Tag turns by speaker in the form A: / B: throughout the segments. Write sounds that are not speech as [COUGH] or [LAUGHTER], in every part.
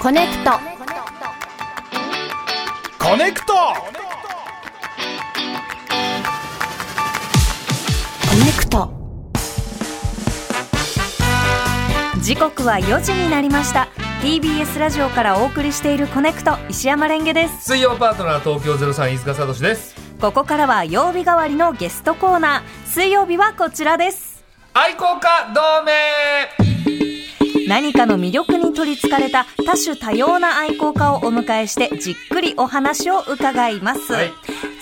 A: コネクト
B: コネクト
A: コネクト
C: 時刻は4時になりました TBS ラジオからお送りしているコネクト石山レンゲです
B: 水曜パートナー東京03飯塚聡です
C: ここからは曜日代わりのゲストコーナー水曜日はこちらです
B: 愛好家同盟
C: 何かの魅力に取りつかれた多種多様な愛好家をお迎えしてじっくりお話を伺います、
B: はい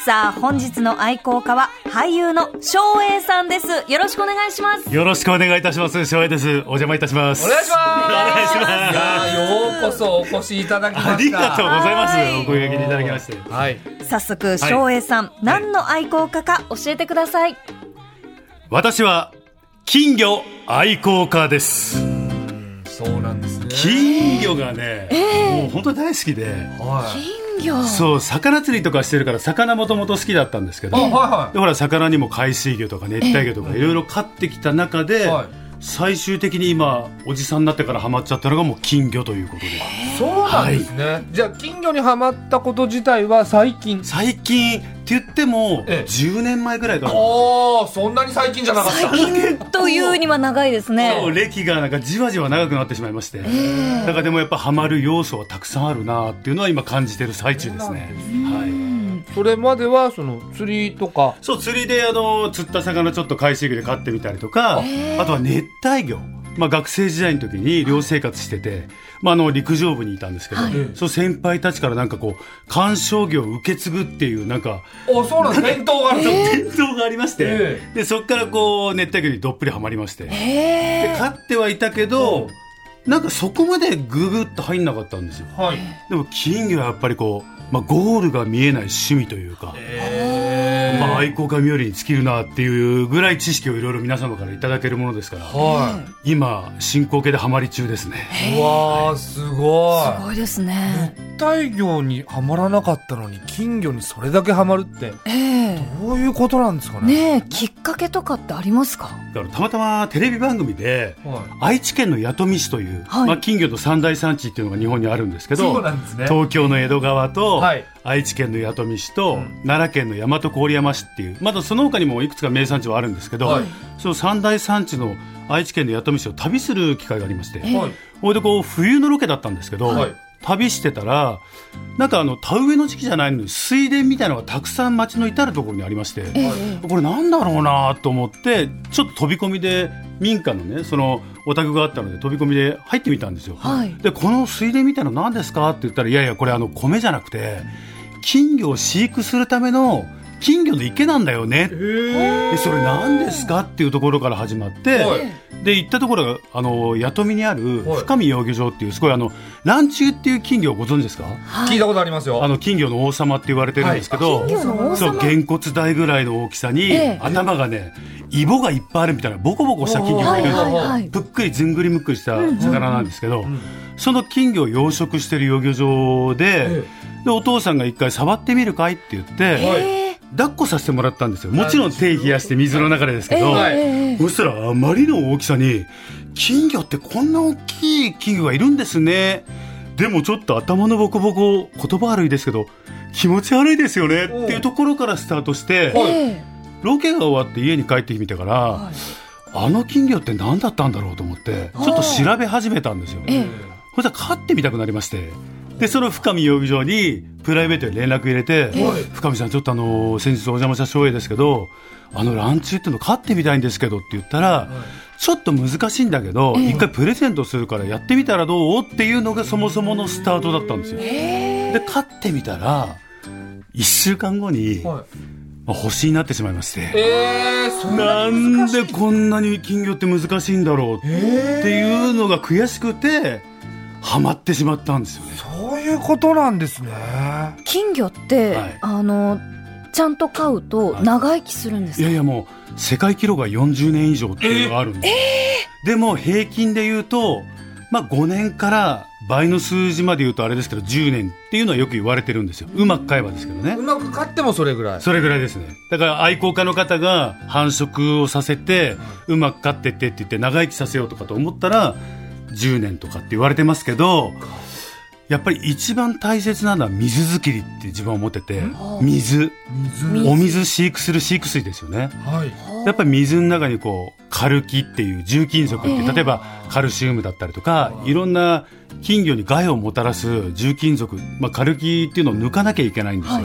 C: さあ本日の愛好家は俳優の翔英さんですよろしくお願いします
D: よろしくお願いいたします。翔平です。お邪魔いたします。
B: お願いします
D: お願いします
B: いやーようこそお越しいただきました
D: ありがとうございます
C: はい。
D: お声掛けいただきまして。
B: はい
C: 早速翔英さん、何の愛好家か教えてください
D: 私は金魚愛好家です。
B: そうなんですね
D: 金魚がね、もう本当に大好きで、
B: はい
A: 金魚
D: そう魚釣りとかしてるから魚もともと好きだったんですけど、
B: あ
D: で
B: はい
D: ほら魚にも海水魚とか熱帯魚とかいろいろ飼ってきた中で
B: はい。
D: 最終的に今おじさんになってからハマっちゃったのがもう金魚ということで
B: そうなんですね、じゃあ金魚にはまったこと自体は最近
D: 最近って言っても
B: ええ
D: 10年前ぐらいから
B: おーそんなに最近じゃなかった
C: というには長いです
D: そう
C: ね
D: 歴がなんかじわじわ長くなってしまいまして、だからでもやっぱハマる要素はたくさんあるなっていうのは今感じてる最中ですね。はい。
B: それまではその釣りとか
D: そう釣りであの釣った魚ちょっと海水魚で飼ってみたりとか、あとは熱帯魚。まあ学生時代の時に寮生活してて、まああの陸上部にいたんですけど、そう先輩たちからなんかこう鑑賞業を受け継ぐっていうなんか
B: おそう [LAUGHS] なんです伝統がある
D: 伝統がありまして、
B: え
D: でそこからこう熱帯魚にどっぷりハマりまして、で飼ってはいたけど、なんかそこまでググッと入んなかったんですよ
B: はい
D: でも金魚はやっぱりこう、まあ、ゴールが見えない趣味というか、まあ、愛好家冥利に尽きるなっていうぐらい知識をいろいろ皆様からいただけるものですから
B: は
D: 今進行形でハマり中ですね
B: い。うわーすごい。
C: ごいですね
B: 熱帯魚にはまらなかったのに金魚にそれだけはまるって
C: ええ
B: どういうことなんですかね。
C: ねえきっかけとかってありますか
D: だからたまたまテレビ番組で
B: はい。
D: 愛知県の弥富市という、
C: はい
D: まあ、金魚の三大産地っていうのが日本にあるんですけど
B: そうなんですね。
D: 東京の江戸川と、
B: はい
D: 愛知県の弥富市と、
B: ん
D: 奈良県の大和郡山市っていうまだその他にもいくつか名産地はあるんですけど、
B: はい
D: その三大産地の愛知県の弥富市を旅する機会がありまして、
B: はい。
D: ほいでこう冬のロケだったんですけど、
B: はい
D: 旅してたらなんかあの田植えの時期じゃないのに水田みたいなのがたくさん町の至る所にありまして、これなんだろうなと思ってちょっと飛び込みで民家のねそのお宅があったので飛び込みで入ってみたんですよ。
C: はい
D: でこの水田みたいなの何ですかって言ったらいやいやこれあの米じゃなくて金魚を飼育するための金魚の池なんだよねってでそれ何ですかっていうところから始まって、
B: はい
D: で行ったところがあの弥富にある
B: はい
D: 深見養魚場っていうすごいあの蘭中っていう金魚をご存知ですか
B: 聞いたことありますよ。
D: あの金魚の王様って言われてるんですけど、
B: はい
C: 金魚の王様
D: そうげんこつ大ぐらいの大きさに、
C: ええ
D: 頭がねイボがいっぱいあるみたいなボコボコした金魚がいるんですよ、
B: はいはいはい
D: ぷっくりずんぐりむっくりした魚なんですけど、その金魚を養殖してる養魚場で,、
B: え
D: でお父さんが一回触ってみるかいって言って、
B: はい。
D: 抱っこさせてもらったんですよもちろん手冷やして水の中でですけど、
B: はい
D: そしたらあまりの大きさに金魚ってこんな大きい金魚がいるんですねでもちょっと頭のボコボコ言葉悪いですけど気持ち悪いですよねって
B: おう
D: いうところからスタートして
B: はい
D: ロケが終わって家に帰ってみてから、あの金魚って何だったんだろうと思ってちょっと調べ始めたんですよ。そしたら飼ってみたくなりましてでその深見容疑場にプライベートで連絡入れて、
B: はい
D: 深見さんちょっとあの先日お邪魔した照英ですけどあのランチっていうの飼ってみたいんですけどって言ったら、ちょっと難しいんだけど、一回プレゼントするからやってみたらどうっていうのがそもそものスタートだったんですよ。で飼ってみたら1週間後に、
B: は
D: まあ、星になってしまいまして。
B: い。えー、そんな。
D: なんでこんなに金魚って難しいんだろうっていうのが悔しくてハマってしまったんですよね。
B: そういうことなんですね。
C: 金魚って、
D: はい
C: あのちゃんと飼うと
D: はい
C: 長生きするんです
D: い
C: か、
D: やいやもう世界記録が40年以上っていうのがあるんですよ、でも平均で言うと、まあ、5年から倍の数字まで言うとあれですけど10年っていうのはよく言われてるんですようまく飼えばですけどね
B: うまく飼ってもそれぐらい。
D: それぐらいですねだから愛好家の方が繁殖をさせてうまく飼ってってって言って長生きさせようとかと思ったら10年とかって言われてますけどやっぱり一番大切なのは水作りって自分は思ってて水
B: 水
C: 水
D: お水飼育する飼育水ですよね
B: はい
D: やっぱり水の中にこうカルキっていう重金属って例えばカルシウムだったりとかいろんな金魚に害をもたらす重金属、まあ、カルキっていうのを抜かなきゃいけないんですよ、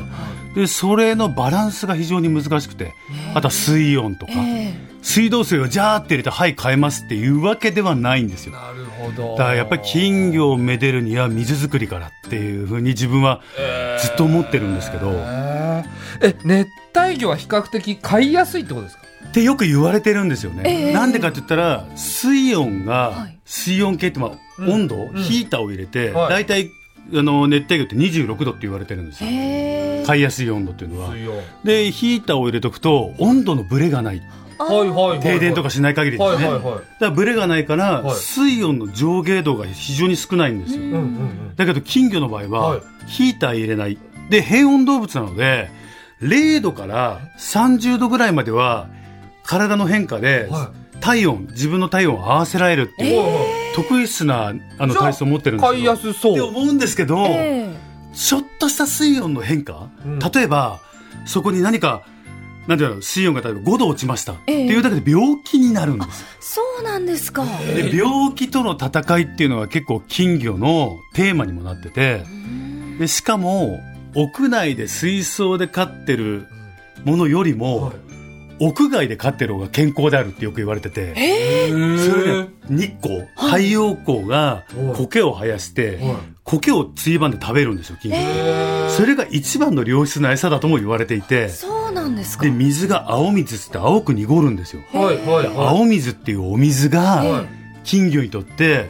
D: でそれのバランスが非常に難しくてあとは水温とか、
C: え
D: 水道水をジャーって入れてはい変えますっていうわけではないんですよ
B: なるほど
D: だからやっぱり金魚をめでるには水作りからっていうふうに自分はずっと思ってるんですけど、
B: へええ熱帯魚は比較的飼いやすいってことですか
D: ってよく言われてるんですよ
C: え
D: ね。
C: え
D: なんでかって言ったら水温が
C: い
D: 水温計ってまあ
B: うん
D: 温度、
B: ん
D: ヒーターを入れて、
B: はい
D: 大体あの熱帯魚って26度って言われてるんですよ。
C: え
D: 飼いやすい温度っていうのは。
B: 水温
D: でヒーターを入れとくと温度のブレがない
B: はいはいはい
D: 停電とかしない限りで
B: は
D: す
B: い
D: ね。
B: はい
D: だか
B: はい
D: らブレがないから、
B: はい
D: 水温の上下動が非常に少ないんですよ。
B: うんうんうん
D: だけど金魚の場合は、
B: はい
D: ヒーター入れないで変温動物なので0度から30度ぐらいまでは体の変化で
B: は
D: 体温、自分の体温を合わせられるっていう、特異質なあの
B: じゃあ
D: 体質を持ってるんですよ。
B: 飼いやすそ
D: って
B: う
D: 思うんですけど、
C: え
D: ちょっとした水温の変化、
B: うん
D: 例えばそこに何かなんていうの水温が例えば5度落ちましたっていうだけで病気になるんですよ
C: そうなんですか。
D: で病気との戦いっていうのは結構金魚のテーマにもなっててでしかも屋内で水槽で飼ってるものよりも、屋外で飼ってる方が健康であるってよく言われてて
B: え
D: それはね日光太陽光が
B: はい
D: 苔を生やして苔をついばんで食べるんですよ金魚それが一番の良質な餌だとも言われていて
C: そうなんですか
D: で。水が青水っつって青く濁るんですよ
B: はいはいはい
D: 青水っていうお水が、
B: はい
D: 金魚にとって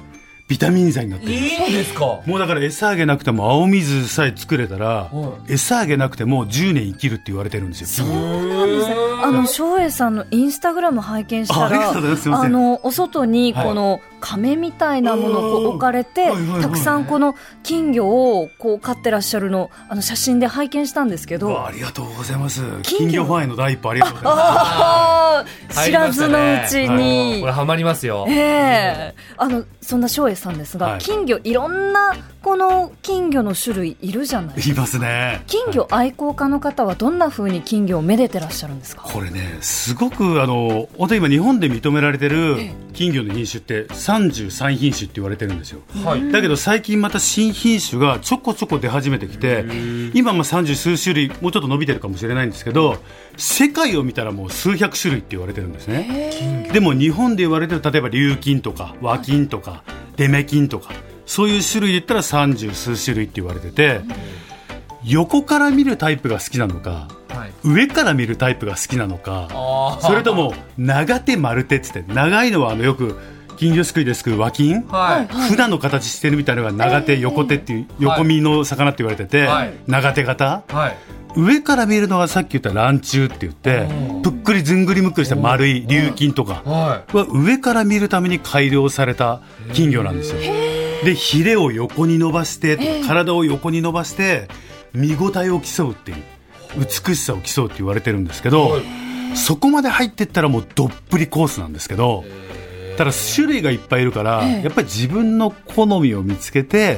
D: ビタミン剤になってる
B: いいんですか
D: もうだから餌あげなくても青水さえ作れたら、
B: は
D: 餌あげなくても10年生きるって言われてるんですよ
C: そう
D: 金魚
C: なんですね。あの翔英さんのインスタグラム拝見した
D: あありが
C: ら
D: とうございますすいま
C: あ
D: せん
C: のお外にこの亀みたいなものをこう
D: おー
C: 置かれて、
D: はいはいはい
C: たくさんこの金魚をこう飼ってらっしゃるのあの写真で拝見したんですけ
D: う
C: ど
D: わありがとうございます金
C: 金
D: 魚
C: 魚
D: ファンへの第一歩ありがとうございま
C: あー知らずのうち
B: 入りましたね
C: に、
B: これハマりますよ
C: ええあのそんな翔英さんですが、
D: はい
C: 金魚いろんなこの金魚の種類いるじゃない
D: すいますね
C: 金魚愛好家の方はどんな風に金魚をめでてらっしゃるんですか
D: これねすごくあの本当に今日本で認められてる
C: え
D: 金魚の品種って33品種って言われてるんですよ
B: はい
D: だけど最近また新品種がちょこちょこ出始めてきて今まあ30数種類もうちょっと伸びてるかもしれないんですけど世界を見たらもう数百種類って言われてるんですねでも日本で言われてる例えば琉金とか和金とかデメ金とかそういう種類で言ったら30数種類って言われてて横から見るタイプが好きなのか
B: はい
D: 上から見るタイプが好きなのか
B: あー
D: それとも長手丸手っつって長いのはあのよく金魚すくいですくう和金
B: はい
D: 普段の形してるみたいなのが長手、横手っていう横身の魚って言われてて、
B: はい
D: 長手型
B: はい
D: 上から見るのはさっき言った卵中って言ってぷっくりずんぐりむっくりした丸い琉金とか
B: は
D: は上から見るために改良された金魚なんですよ。でヒレを横に伸ばして体を横に伸ばして見応えを競うっていう美しさを競うって言われてるんですけど
B: はい
D: そこまで入ってったらもうどっぷりコースなんですけどただ種類がいっぱいいるからやっぱり自分の好みを見つけて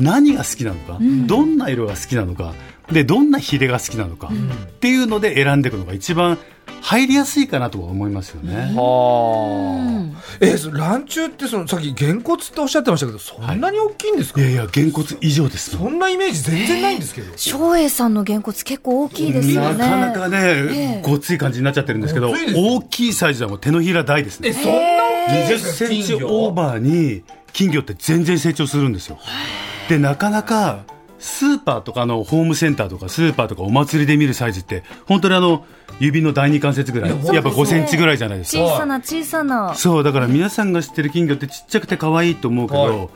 D: 何が好きなのかどんな色が好きなのかでどんなヒレが好きなのかっていうので選んでいくのが一番入りやすいかなとは思いますよね。
B: はあ。え、そ卵中ってそのさっきげんこつっておっしゃってましたけど、そんなに大きいんですか。
D: いやいや、げんこつ以上です。
B: そんなイメージ全然ないんですけど。
C: 翔英さんのげんこつ結構大きいですよ
D: な
C: ね
D: かなか
C: ええ
D: ね、ごつい感じになっちゃってるんですけど
B: ごついで、す
D: 大きいサイズはもう手のひら大です
B: え、
D: ね。
B: そんな大きいんで
D: 20
B: すか。
D: センチオーバーに金魚って全然成長するんですよ。で、なかなかスーパーとかあのホームセンターとかスーパーとかお祭りで見るサイズって、本当にあの指の第二関節ぐらい、
B: いや本当
D: やっぱ5センチぐらいじゃないですか。
C: 小さな小さな
D: そうだから皆さんが知ってる金魚ってちっちゃくて可愛いと思うけど、
B: は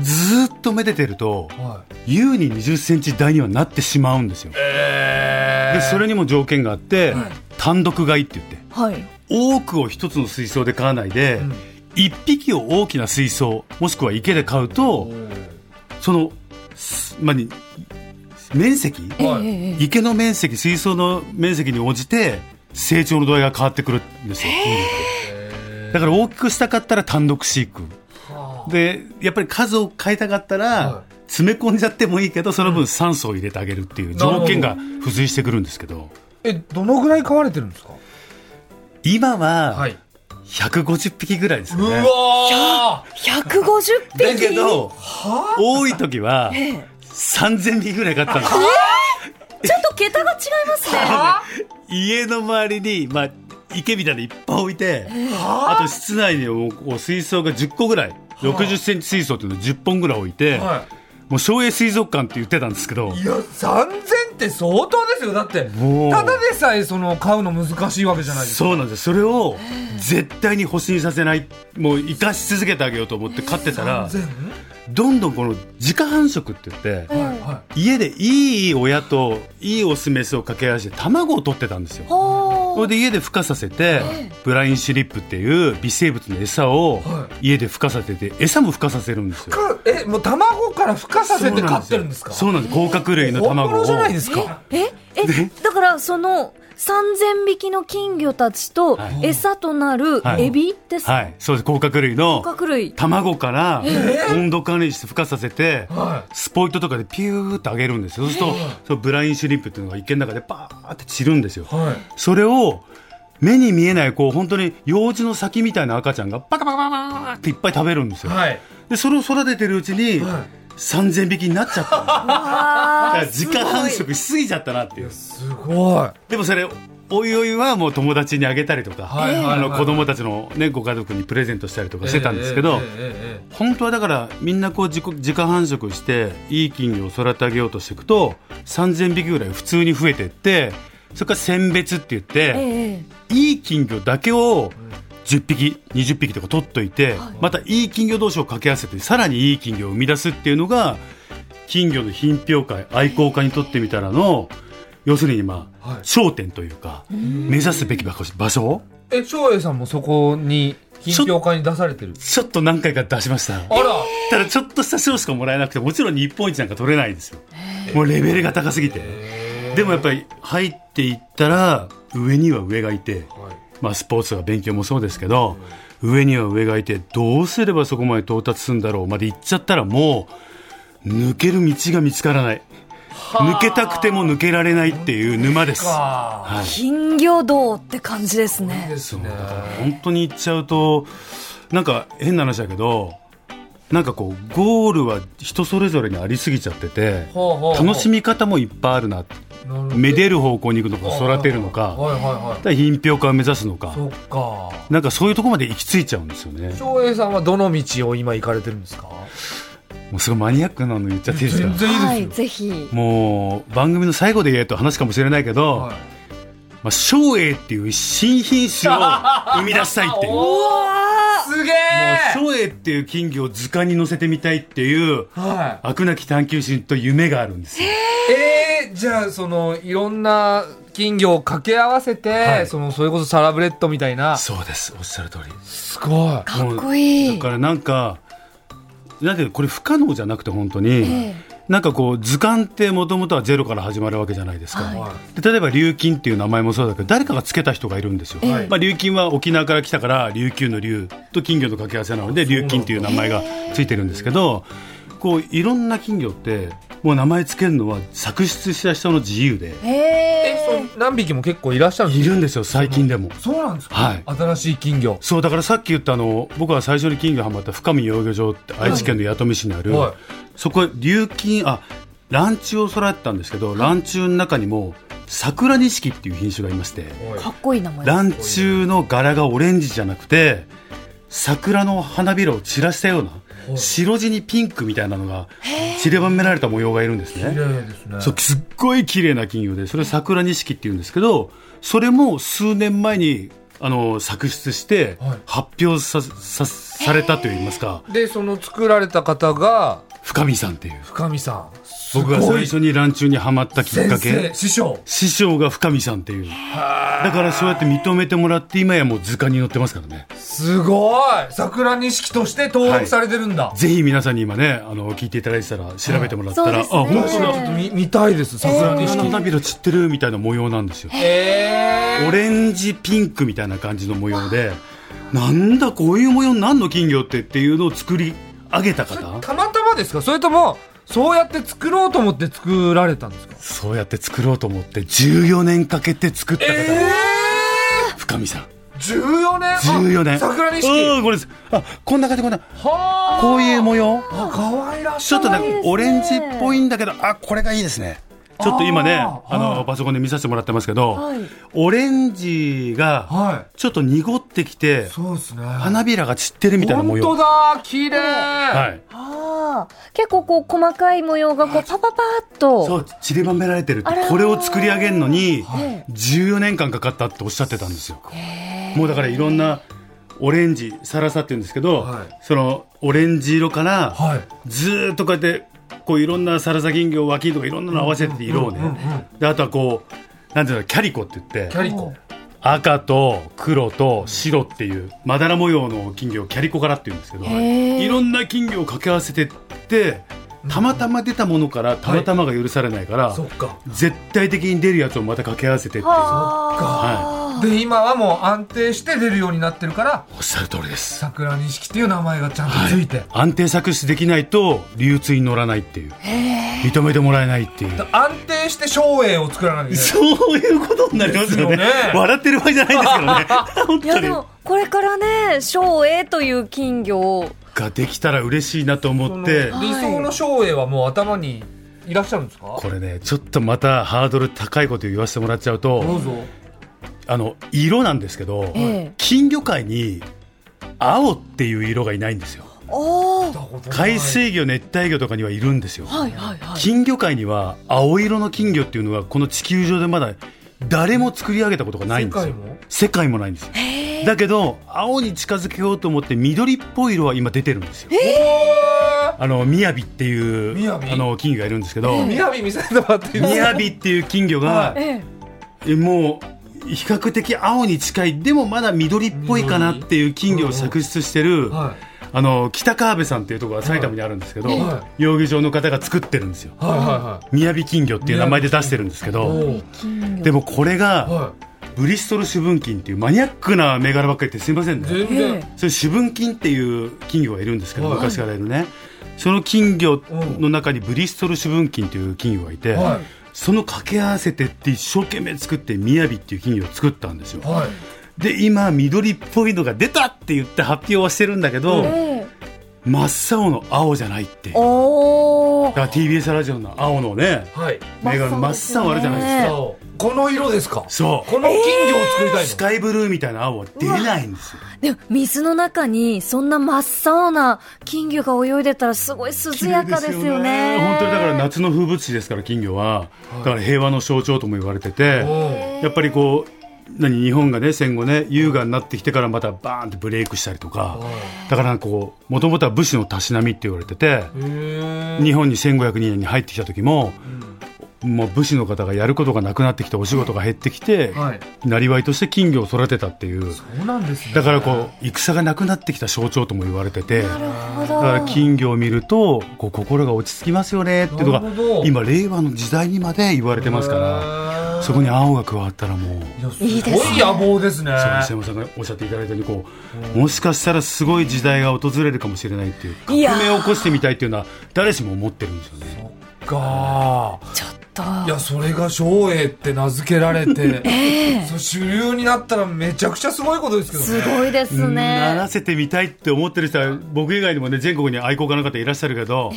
D: ずーっとめでてると、
B: は
D: 優に20センチ台にはなってしまうんですよ。でそれにも条件があって、単独買いって言って
C: はい
D: 多くを一つの水槽で買わないで、一匹を大きな水槽もしくは池で買うとその、すまあに面積、
B: はい
C: ええええ
D: 池の面積水槽の面積に応じて成長の度合いが変わってくるんですよ。だから大きくしたかったら単独飼育でやっぱり数を変えたかった
B: は
D: ら
B: い
D: 詰め込んじゃってもいいけどその分酸素を入れてあげるっていう条件が付随してくるんですけど
B: えどのぐらい飼われてるんですか
D: 今は
B: はい
D: 150匹ぐらいです
B: う
D: よね。
B: わ
C: 150匹
D: だけど多い時は
C: ええ
D: 3000匹ぐらい飼ったんです
C: ちょっと桁が違いますね
D: 家の周りに、まあ、池みたいにいっぱい置いて、あと室内にもこう水槽が10個ぐらい、60センチ水槽っていうのを10本ぐらい置いて、
B: ーは
D: もう省エ水族館って言ってたんですけど
B: い、いや3000って相当ですよだって
D: もう
B: ただでさえその飼うの難しいわけじゃないですか
D: そうなんですそれを絶対に保身させないもう生かし続けてあげようと思って飼ってたら
B: 3000
D: どんどんこの自家繁殖って言って
B: はいは
D: 家でいい親といいオスメスを掛け合わせて卵を取ってたんですよ。そ
C: ほ
D: れで家で孵化させて、ブラインシリップっていう微生物の餌を
B: は
D: 家で孵化させて餌も孵化させるんです
B: い
D: よ。
B: かえもう卵から孵化させて飼ってるんですか
D: そうなんです甲殻類の
B: 本
D: 卵
B: 物
D: を
B: じゃないですか
C: ええだからその3000匹の金魚たちと
D: はい
C: 餌となる
D: はい
C: エビですか、
D: はいそうです甲殻類の
C: 甲殻類
D: 卵から温度管理して孵化させて、
B: はい
D: スポイトとかでピューってあげるんですよそうすると、そのブラインシリップっていうのが池の中でバーって散るんですよ、
B: はい
D: それを目に見えないこう本当に幼児の先みたいな赤ちゃんがバカバカバカバカっていっぱい食べるんですよ、
B: はい
D: でそれを育ててるうちに、
B: は
D: 3000匹になっちゃったんですよだ
C: あ
D: か
C: ー
D: ら時
B: [LAUGHS]
D: 間繁
C: すごい
D: 殖しすぎちゃったなっていう
B: すごい
D: でもそれおいおいはもう友達にあげたりとか、
B: はいはいはい
D: あの子供たちの、ね、ご家族にプレゼントしたりとかしてたんですけど、
B: ええええ
D: 本当はだからみんなこう自己自家繁殖していい金魚を育て上げようとしていくと3,000匹ぐらい普通に増えていってそれから選別って言って、
C: ええ
D: いい金魚だけを10匹20匹とか取っといて、またいい金魚同士を掛け合わせてさらにいい金魚を生み出すっていうのが金魚の品評会愛好家にとってみたらの要するにまあ、
B: はい
D: 焦点というか目指すべき場所場所
B: えええ照英さんもそこに品評会に出されてる
D: ちょっと何回か出しました
B: あら
D: ただちょっとした賞しかもらえなくてもちろん日本一なんか取れないんですよもうレベルが高すぎてでもやっぱり入っていったら上には上がいて、まあ、スポーツは勉強もそうですけど、上には上がいてどうすればそこまで到達するんだろうまで行っちゃったらもう抜ける道が見つからない抜けたくても抜けられないっていう沼です、は
B: あ
D: い、
C: 金魚道って感じです
B: ー
C: ね
B: です
D: そう
B: ね
D: だから本当に行っちゃうとなんか変な話だけどなんかこうゴールは人それぞれにありすぎちゃってて
B: ほうほうほう
D: 楽しみ方もいっぱいあるな
B: なるほど
D: めでる方向に行くのか育てるのか
B: はいはいはい
D: だから品評会を目指すのか
B: そっか
D: なんかそういうとこまで行き着いちゃうんですよね
B: 翔英さんはどの道を今行かれてるんですか
D: もうすごいマニアックなの言っちゃっていいですか
C: はいぜひ
D: もう番組の最後で言えと話かもしれないけど、
B: はい
D: まあ、松栄っていう新品種を生み出したいっ
B: [LAUGHS]
D: ていうもう
C: わ
B: すげえ
D: 松栄っていう金魚を図鑑に載せてみたいっていう
B: は
D: 飽くなき探求心と夢があるんですよ。
B: い、えー、じゃあそのいろんな金魚を掛け合わせて、
D: はい
B: そのそれこそサラブレッドみたいな
D: そうです。おっしゃる通り。か
B: すごい
C: かっこいい
D: だからなんか、だけどこれ不可能じゃなくて本当に、なんかこう図鑑ってもともとはゼロから始まるわけじゃないですか。
B: は
D: で例えば琉金っていう名前もそうだけど誰かがつけた人がいるんですよ、
B: はい
D: まあ、琉金は沖縄から来たから琉球の琉と金魚の掛け合わせなので琉金っていう名前がついてるんですけどこういろんな金魚ってもう名前つけるのは作出した人の自由で
C: へ
B: え
C: え
B: その何匹も結構いらっしゃるん
D: い
B: ですか
D: るんですよ最近でも。
B: そうなんですか、
D: はい
B: 新しい金魚
D: そうだからさっき言ったあの僕は最初に金魚ハマった深見養魚場って愛知県の弥富市にある、
B: はい
D: そこは琉金あランチを育てたんですけどランチの中にも桜錦っていう品種がいまして
C: かっこいい名前
D: ランチの柄がオレンジじゃなくて桜の花びらを散らしたような白地にピンクみたいなのが散りばめられた模様がいるんですね。
B: 綺麗ですね
D: そうすっごい綺麗な金魚でそれ桜錦っていうんですけどそれも数年前にあの作出して
B: はい
D: 発表さ,、さされたといいますか
B: でその作られた方が
D: 深見さんっていう
B: 深見さんすごい
D: 僕が最初にランチュウにはまったきっ
B: 先
D: か
B: 生
D: け
B: 師匠
D: 師匠が深見さんっていうだからそうやって認めてもらって今やもう図鑑に載ってますからね
B: すごい桜錦として登録されてるんだ、
D: ぜひ皆さんに今ねあの聞いていただいてたら調べてもらった
C: は
D: ら、
C: いそうですね
D: あ本当
B: ちょっと見見たいです桜
D: に
B: 錦、
D: 桜の花びら散ってるみたいな模様なんですよ
B: え
D: オレンジピンクみたいな感じの模様でなんだこういう模様なんの金魚ってっていうのを作り上げた
B: それ
D: 方
B: たまたまですかそれともそうやって作ろうと思って作られたんですか
D: そうやって作ろうと思って14年かけて作った方、深見さん
B: 14年あ
D: 14年
B: 桜錦
D: うんこれですあこんな感じこんな
B: はあ
D: こういう模様
B: あ可愛らしい
D: ちょっとなんか
C: ですね
D: オレンジっぽいんだけどあこれがいいですねちょっと今ね
B: あ
D: あ
B: ーは
D: の
B: い
D: パソコンで見させてもらってますけど、
C: はい
D: オレンジが
B: は
D: ちょっと濁ってきて
B: いそうですね
D: 花びらが散ってるみたいな模
B: 本
D: 様
B: 当だ綺麗
D: はい、
C: ああ、結構こう細かい模様がこうパパパーっと。
D: そう散りばめられてるって
C: あらー
D: これを作り上げるのに
C: はい
D: 14年間かかったっておっしゃってたんですよもうだからいろんなオレンジサラサって言うんですけど、
B: はい
D: そのオレンジ色から
B: はい
D: ずーっとこうやってこういろんなサラサ銀魚脇とかいろんなの合わせて色をね、
B: うんうんうん
D: であとはこうなんていうのキャリコって言っ
B: キ
D: て
B: ャリコ
D: 赤と黒と白っていうまだら模様の金魚をキャリコ柄っていうんですけど
C: へー
D: いろんな金魚を掛け合わせてってたまたま出たものからたまたまが許されないから、
B: そっか
D: 絶対的に出るやつをまた掛け合わせてっていうお
C: あー
B: で今はもう安定して出るようになってるから
D: っしゃる通りです
B: 桜錦っていう名前がちゃんとついて、
D: 安定作詞できないと流通に乗らないっていう認めてもらえないっていう
B: 安定して照英を作らないといけない
D: そういうことになりますよね
B: ですよね
D: 笑ってる場合じゃない
B: [LAUGHS]
D: ですけどね本
C: いや
D: 当
C: で
D: に
C: もこれからね、小英という金魚を
D: ができたら嬉しいなと思って
B: その理想の照英はもう頭にいらっしゃるんですか
D: これねちょっとまたハードル高いこと言わせてもらっちゃうと、
B: どうぞ
D: あの色なんですけど、
C: ええ
D: 金魚界に青っていう色がいないんですよ
C: おお
D: 海水魚熱帯魚とかにはいるんですよ、
C: はいはいはい。
D: 金魚界には青色の金魚っていうのがこの地球上でまだ誰も作り上げたことがないんです
B: 世界
D: よ
B: も
D: 世界もないんですよ
C: へ
D: だけど青に近づけようと思って緑っぽい色は今出てるんですよあのみやびっていう
B: 雅
D: あの金魚がいるんですけど
B: みやび見せてもらっていい
D: みやびっていう金魚が
B: は
C: ええ
D: えもう比較的青に近いでもまだ緑っぽいかなっていう金魚を作出してる
B: は
D: あの北川辺さんっていうところが埼玉にあるんですけど
B: はいはい
D: 養魚場の方が作ってるんですよ
B: いはいは
D: 雅金魚っていう名前で出してるんですけ
B: いはい
D: ど
B: おう
C: 金
D: で
C: 魚。
D: もこれが
B: は
D: ブリストル主文金っていうマニアックな銘柄ばっかり言ってすいません
B: い
D: ね
B: 全
C: え
B: 然
D: それ主文金っていう金魚がいるんですけど
B: はい
D: 昔からいるねその金魚の中にブリストル主文金という金魚がいて
B: はい
D: その掛け合わせてって一生懸命作って雅っていう金魚を作ったんですよ
B: はい
D: で今緑っぽいのが出たって言って発表はしてるんだけど、
B: う
C: ええ
D: 真っ青の青じゃないってだか
C: おお。
D: ら TBS ラジオの青のね
B: はい
C: 真っ青
D: 目が
C: です
D: 真
C: ね
D: っ青あるじゃないです
C: え
D: か
C: え
B: さあこの色ですか
D: そう
B: この金魚を作りたい
D: ス
B: の
D: カイブルーみたいな青は出ないんですよ
C: でも水の中にそんな真っ青な金魚が泳いでたらすごい涼やかですよね。
D: 本当にだから夏の風物詩ですから金魚はだから平和の象徴とも言われてて
B: おう
D: やっぱりこう何日本がね戦後ね優雅になってきてからまたバーンってブレイクしたりとかだからなんかこうもともとは武士のたしなみって言われてて
B: へー
D: 日本に1500年に入ってきた時も、もう武士の方がやることがなくなってきてお仕事が減ってきて、
B: はい
D: なりわいとして金魚を育てたっていう
B: そうなんですね
D: だからこう戦がなくなってきた象徴とも言われててだ
C: なるほ
D: から
C: ど。
D: 金魚を見るとこう心が落ち着きますよねっていうのが
B: なるほど
D: 今令和の時代にまで言われてますから
B: ら
D: そこに青が加わったらもう。
B: いいですごい野望ですね
D: そう西山さんがおっしゃっていただいたようにこう、もしかしたらすごい時代が訪れるかもしれないっていう
C: いや
D: 革
C: ー
D: 命を起こしてみたいっていうのは誰しも思ってるんですよね。
B: か
C: ちょっと。
B: いやそれが照英って名付けられて、そう主流になったらめちゃくちゃすごいことですけどね
C: すごいです
D: な
C: ね
D: ら。せてみたいって思ってる人は僕以外にもね全国に愛好家の方いらっしゃるけど、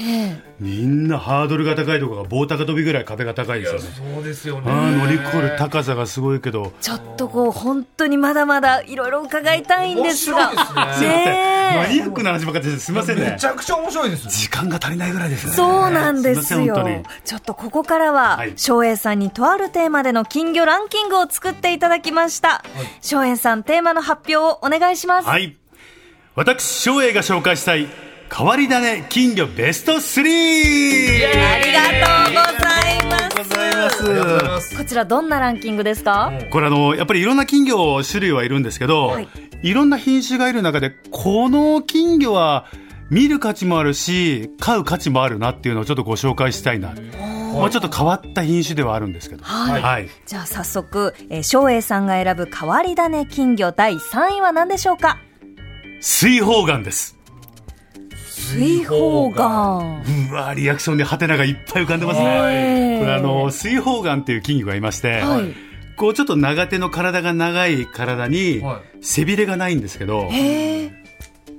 D: みんなハードルが高いとかが棒高跳びぐらい壁が高いですよね。
B: そうですよね
D: あー乗り越える高さがすごいけど、
C: ちょっとこう本当にまだまだいろいろ伺いたいんですが。
B: 面白いですね
D: マ
C: ねえ
D: ニアックな話ばっかりですすみませんね
B: めち。ゃくちゃ面白いです
D: 時間が足りないぐらいですね。
C: そうなんです
D: い
C: よ
D: ません本当に。
C: ちょっとここからは
D: はい、
C: 翔英さんにとあるテーマでの金魚ランキングを作っていただきました。翔英さん、テーマの発表をお願いします。
D: はい。私、翔英が紹介したい、変わり種金魚ベスト 3!
C: ありがとうございます。
D: ございます。
C: こちらどんなランキングですか
D: これあのやっぱりいろんな金魚種類はいるんですけど、
C: はい
D: い、ろんな品種がいる中でこの金魚は見る価値もあるし飼う価値もあるなっていうのをちょっとご紹介したいな、まあ、ちょっと変わった品種ではあるんですけど、
C: はい
D: はい、
C: じゃあ早速、えー、翔英さんが選ぶ変わり種金魚第3位は何でしょうか
D: 水泡眼です
B: 水
C: 水泡眼。
D: うわーリアクションでハテナがいっぱい浮かんでます
C: へ
D: ね、
C: ー
D: これあの水泡眼っていう筋肉がいまして、
C: はい
D: こうちょっと長手の体が長い体に
B: は
D: 背びれがないんですけど、
C: へえ。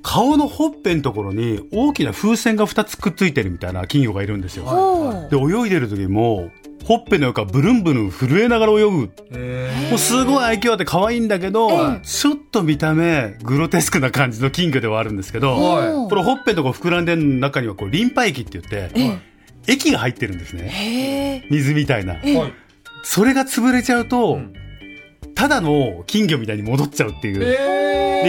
D: 顔のほっぺのところに大きな風船が2つくっついてるみたいな金魚がいるんですよ、
C: ほ
B: は
C: う。
D: で泳いでる時もほっぺの床ブルンブルン震えながら泳ぐも
B: え
D: うすごい愛嬌あって可愛いんだけど、ちょっと見た目グロテスクな感じの金魚ではあるんですけど、
B: ーはい
C: ほう
D: このほっぺのとこ膨らんでる中にはこうリンパ液って言って、
C: え
D: 液が入ってるんですね
C: へえ。
D: 水みたいな
B: ーはい
D: それが潰れちゃうと、
B: ん
D: ただの金魚みたいに戻っちゃうっていう、で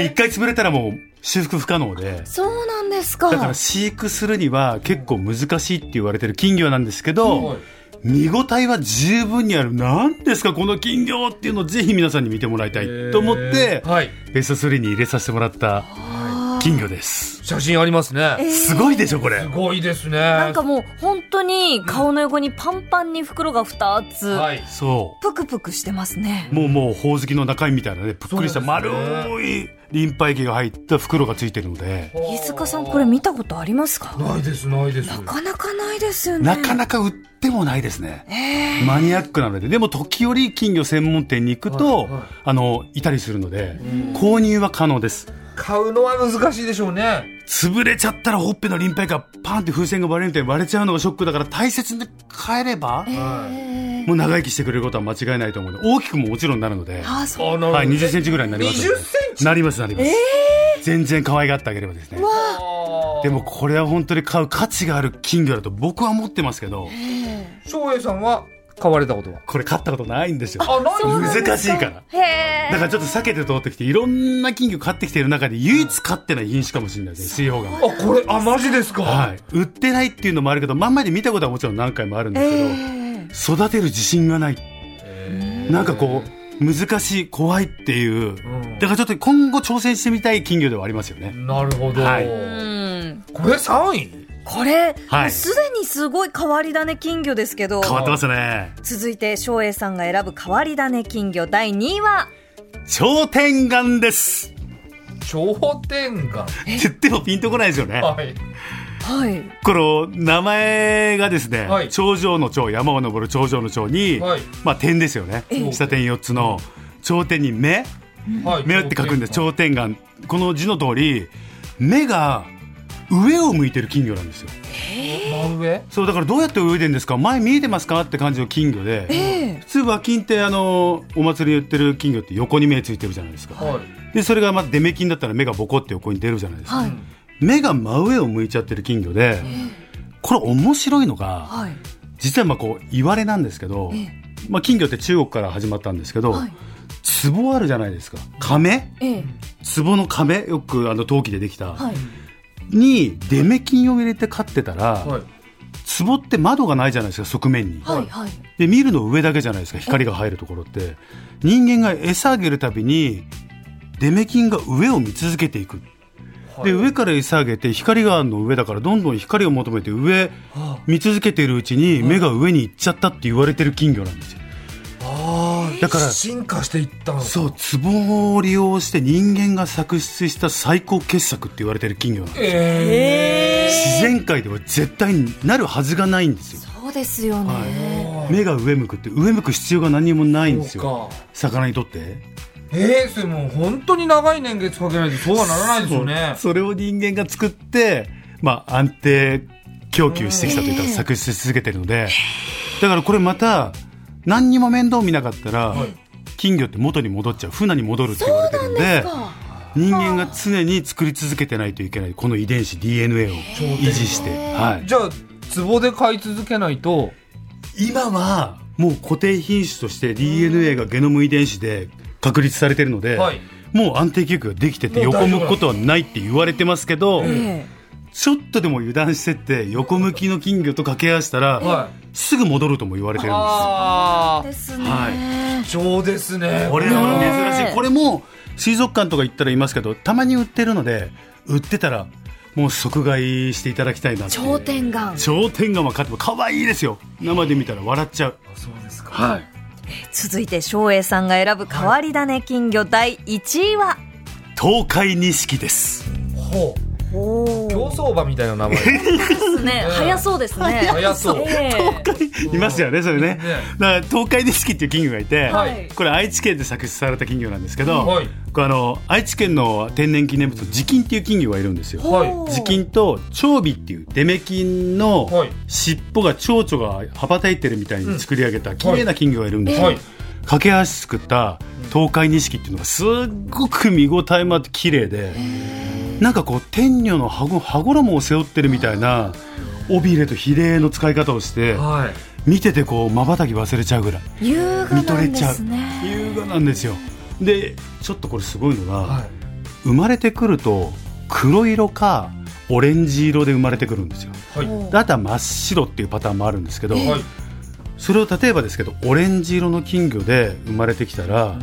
B: え
D: 一回潰れたらもう修復不可能で
C: そうなんですか。
D: だから飼育するには結構難しいって言われてる金魚なんですけど、
B: はい
D: 見応えは十分にある何ですかこの金魚っていうのをぜひ皆さんに見てもらいたいと思って、
B: えーはい
D: ベスト3に入れさせてもらった金魚です。
B: 写真ありますね
D: すごいでしょこれ
B: すごいですね
C: なんかもう本当に顔の横にパンパンに袋が2つ。
B: はい
D: そ
C: ぷくぷくしてますね
D: う。もうもうほおずきの中身みたいなねぷっくりし
B: そ
D: た
B: うで
D: 丸
B: すね
D: いリンパ液が入った袋がついてるので
C: 飯塚さんこれ見たことありますか
B: ないですないです
C: なかなかないですよね
D: なかなか売ってもないですね。マニアックなので、でも時折金魚専門店に行くと、
B: はいはい
D: あの、いたりするので、購入は可能です。
B: 買うのは難しいでしょうね
D: 潰れちゃったらほっぺのリンパがパンって風船が割れるみたいに割れちゃうのがショックだから大切に変えれ
B: は
D: ば、
B: い
D: もう長生きしてくれることは間違いないと思うので、大きくももちろんなるので、
C: あーそう
B: あなるほど
D: はい、20センチぐらいになりますので。
B: 20センチ
D: なります、なります。全然可愛がってあげればですね。でもこれは本当に買う価値がある金魚だと僕は思ってますけど、
B: 翔英さんは買われたことは
D: これ買ったことないんですよ。
B: あないです
D: 難しいから。
C: へえ
D: だからちょっと避けて通ってきて、いろんな金魚買ってきてる中で唯一買ってない品種かもしれないですね、水泡が。
B: あこれあマジですか、
D: はい。売ってないっていうのもあるけど、まんまで見たことはもちろん何回もあるんですけど、育てる自信がない。なんかこう、難しい、怖いっていう。
B: ん
D: だからちょっと今後挑戦してみたい金魚ではありますよね。
B: なるほど、
D: はい
C: うん
B: これ3位
C: これ、
D: はい
C: もうすでにすごい変わり種金魚ですけど
D: 変わってますね。
C: 続いて翔英さんが選ぶ変わり種金魚第2位は
D: 頂点眼です。
B: 頂点が
D: って言ってもピンとこないですよね。
B: はい
C: はい
D: この名前がですね、
B: はい
D: 頂上の頂山を登る頂上の頂に、
B: はい
D: まあ点ですよね
B: ええ
D: 下点4つの頂点に目
B: はい
D: 目って書くんで
B: 頂
D: 頂点眼この字の通り目が上を向いてる金魚なんですよ
B: 点が真上
D: そうだからどうやって泳いでるんですか前見えてますかって感じの金魚で、普通和金ってあのお祭りに売ってる金魚って横に目ついてるじゃないですか、
B: はい
D: でそれがまあデメ金だったら目がボコって横に出るじゃないですか、
C: はい
D: 目が真上を向いちゃってる金魚で、これ面白いのが、
C: はい
D: 実はまあこう言われなんですけど、まあ、金魚って中国から始まったんですけど、壺あるじゃないですか亀
C: ええ
D: 壺の亀よくあの陶器でできた、
C: はい
D: に出目金を入れて飼ってたら、
B: はい
D: 壺って窓がないじゃないですか側面に、
C: はいはい
D: で見るの上だけじゃないですか光が入るところって人間が餌あげるたびに出目金が上を見続けていく、
B: はい
D: で上から餌あげて光があるの上だからどんどん光を求めて上
B: は
D: 見続けているうちに目が上に行っちゃったって言われてる金魚なんですよ
B: あー
D: だから
B: 進化していったのか
D: そう壺を利用して人間が作出した最高傑作って言われてる金魚なんです
B: え
D: 自然界では絶対になるはずがないんですよ
C: そうですよね、
D: 目が上向くって上向く必要が何にもないんです
B: そ
D: よ
B: うか
D: 魚にとって
B: ー、えー、それもう本当に長い年月かけないとそうはならないですよね
D: そうそれを人間が作って、まあ、安定供給してきたというか、作出し続けてるのでだからこれまた何にも面倒見なかったら、金魚って元に戻っちゃう船に戻るって言われてるんで人間が常に作り続けてないといけないこの遺伝子 DNA を維持して、はい、
B: じゃあ壺で買い続けないと
D: 今はもう固定品種として DNA がゲノム遺伝子で確立されてるので、
B: はい
D: もう安定供給ができてて
B: もう大丈夫
D: 横向くことはないって言われてますけど、
C: え
D: ちょっとでも油断してって横向きの金魚と掛け合わせたら、
B: はい
D: すぐ戻るとも言われてるんですよ。
B: あ
C: えですね、
D: は
B: 貴重ですね
D: これ
B: は
D: は珍
C: ね
D: し
C: え
D: いこれも水族館とか行ったらいますけどたまに売ってるので売ってたらもう即買いしていただきたいなっていう
C: 頂点眼
D: 頂点がまあ買っても可愛いですよ生で見たら笑っちゃう
B: そうですか
D: はい
C: 続いて照英さんが選ぶ変わり種金魚第1位は
D: 東海錦です
B: ほう
C: お
B: 競
C: ー
B: 走馬みたいな名
D: [LAUGHS]
B: 前。
C: ですね。早そうですね。
B: 早そう。
C: ええ
D: いますよねそれね
B: ね
D: だから東海錦っていう金魚がいて、
B: はい
D: これ愛知県で作出された金魚なんですけど、
B: はい
D: これあの愛知県の天然記念物地金っていう金魚がいるんですよ
B: はい
C: ほう
D: 地金と蝶尾っていうデメ金の
B: はい
D: 尻尾が蝶々が羽ばたいてるみたいに作り上げた綺麗な金魚がいるんですよ、
B: はい
D: 駆け足作った東海錦っていうのがすっごく見応えもあって綺麗でなんかこう天女の羽ご羽衣を背負ってるみたいな尾びれと比例の使い方をして
B: はい。
D: 見ててこうまばたき忘れちゃうぐらい
C: 優雅
D: 見と
C: な
D: れ
C: んで
D: ちゃう
C: すね。
D: 優雅なんですよでちょっとこれすごいのが、
B: はい。
D: 生まれてくると黒色かオレンジ色で生まれてくるんですよ
B: はい。
C: お
D: であとは真っ白っていうパターンもあるんですけど、
B: はい。
D: それを例えばですけどオレンジ色の金魚で生まれてきたら、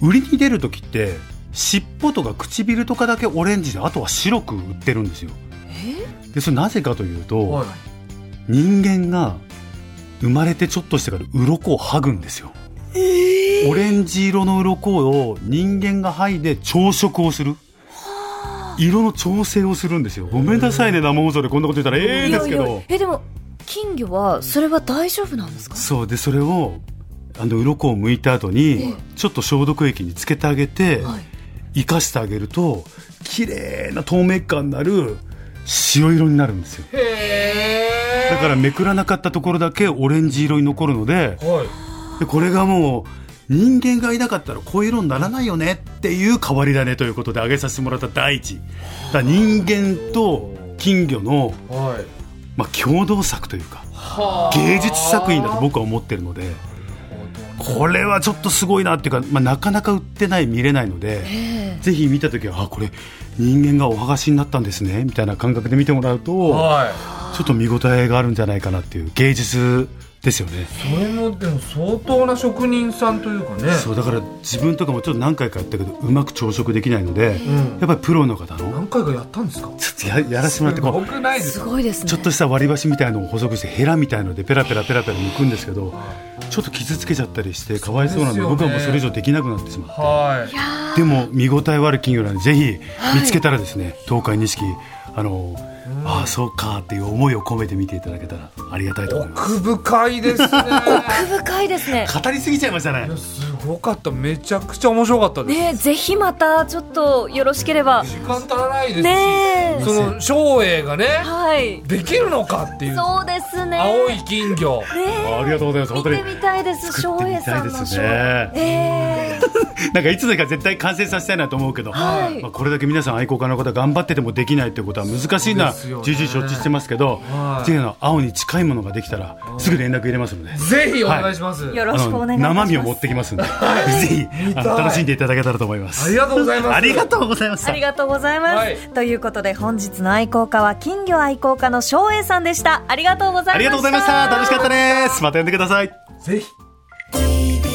D: 売りに出る時って尻尾とか唇とかだけオレンジであとは白く売ってるんですよでそれなぜかというと、
B: はい。
D: 人間が生まれてちょっとしてから鱗を剥ぐんですよ、オレンジ色の鱗を人間が剥いで朝食をする色の調整をするんですよごめんなさいね生放送でこんなこと言ったらええ
C: い
D: で
C: や
D: す
C: い
D: け
C: や
D: ど
C: えでも金魚はそれは大丈夫なんですか？
D: そうでそれをあの鱗を剥いた後にちょっと消毒液につけてあげて、
C: はい。
D: 生かしてあげると綺麗な透明感のある白色になるんですよ
B: へ
D: だからめくらなかったところだけオレンジ色に残るので
B: ー。はい。
D: でこれがもう人間がいなかったらこういう色にならないよねっていう変わり種ということで挙げさせてもらった第一だから人間と金魚の、
B: はい。
D: まあ、共同作というか
B: は
D: 芸術作品だと僕は思ってるのでこれはちょっとすごいなっていうか、まあ、なかなか売ってない見れないので、ぜひ見た時はあこれ人間がお剥がしになったんですねみたいな感覚で見てもらう
B: あ
D: と
B: は
D: ちょっと見応えがあるんじゃないかなっていう芸術ですよね。
B: い。それもでも相当な職人さんというかね。
D: そうだから自分とかもちょっと何回かやったけどうまく朝食できないので、
B: ん
D: やっぱりプロの方の
B: 何回かやったんですか。
D: ちょっとややらせてもらってこう
B: 僕ないです
C: す
B: か。
C: ごいですね。
D: ちょっとした割り箸みたいのを補足してヘラみたいのでペラペラペラペラ剥くんですけどちょっと傷つけちゃったりしてかわいそうなので
B: そうですよね
D: 僕はもうそれ以上できなくなってしまう
B: はい。
D: でも見応えはある金魚なんでぜひ見つけたらですね、東海錦あのああそうかっていう思いを込めて見ていただけたらありがたいと思います
B: 奥深いですね。
C: 奥深いですね。
D: 語りすぎちゃいましたね
B: いやすごかった。めちゃくちゃ面白かったです。
C: ねぜひまたちょっとよろしければ
B: 時間足らないですし、
C: ねえ
B: その照英がね、
C: はい。
B: できるのかっていう。
C: そうですね。
B: 青い金魚。
C: ね
D: あありがとうございます
C: 見
D: 本当に
C: てみたいです。
D: 作って
C: 翔
D: み
C: 平
D: た
C: さ
D: い
C: ん
D: で
C: の
D: す
C: 翔。
D: ね
C: え
D: なんかいつだか絶対完成させたいなと思うけど、
C: はい
D: まあ、これだけ皆さん愛好家の方頑張っててもできないということは難しいな
B: そうですよね
D: 重々承知してますけど、
B: はい
D: っていうのは青に近いものができたらすぐ連絡入れますので。
B: ぜひお願いします。
C: ーよろしくお願い
D: あ
C: いたしま
D: の生
C: す。
D: 身を持ってきますんで、ぜひあ
B: 見た
D: の
B: い
D: 楽しんでいただけたらと思いま
B: あ
D: す
B: り。がとうございます。
D: ありがとうございまし
C: あ
D: た
C: り。がとうございます、
B: はい
C: ということで本日の愛好家は金魚愛好家の翔英さんでしたありがとうございました
D: ありがとうございました。楽しかったです。また呼んでください。
B: ぜひ。
A: TBS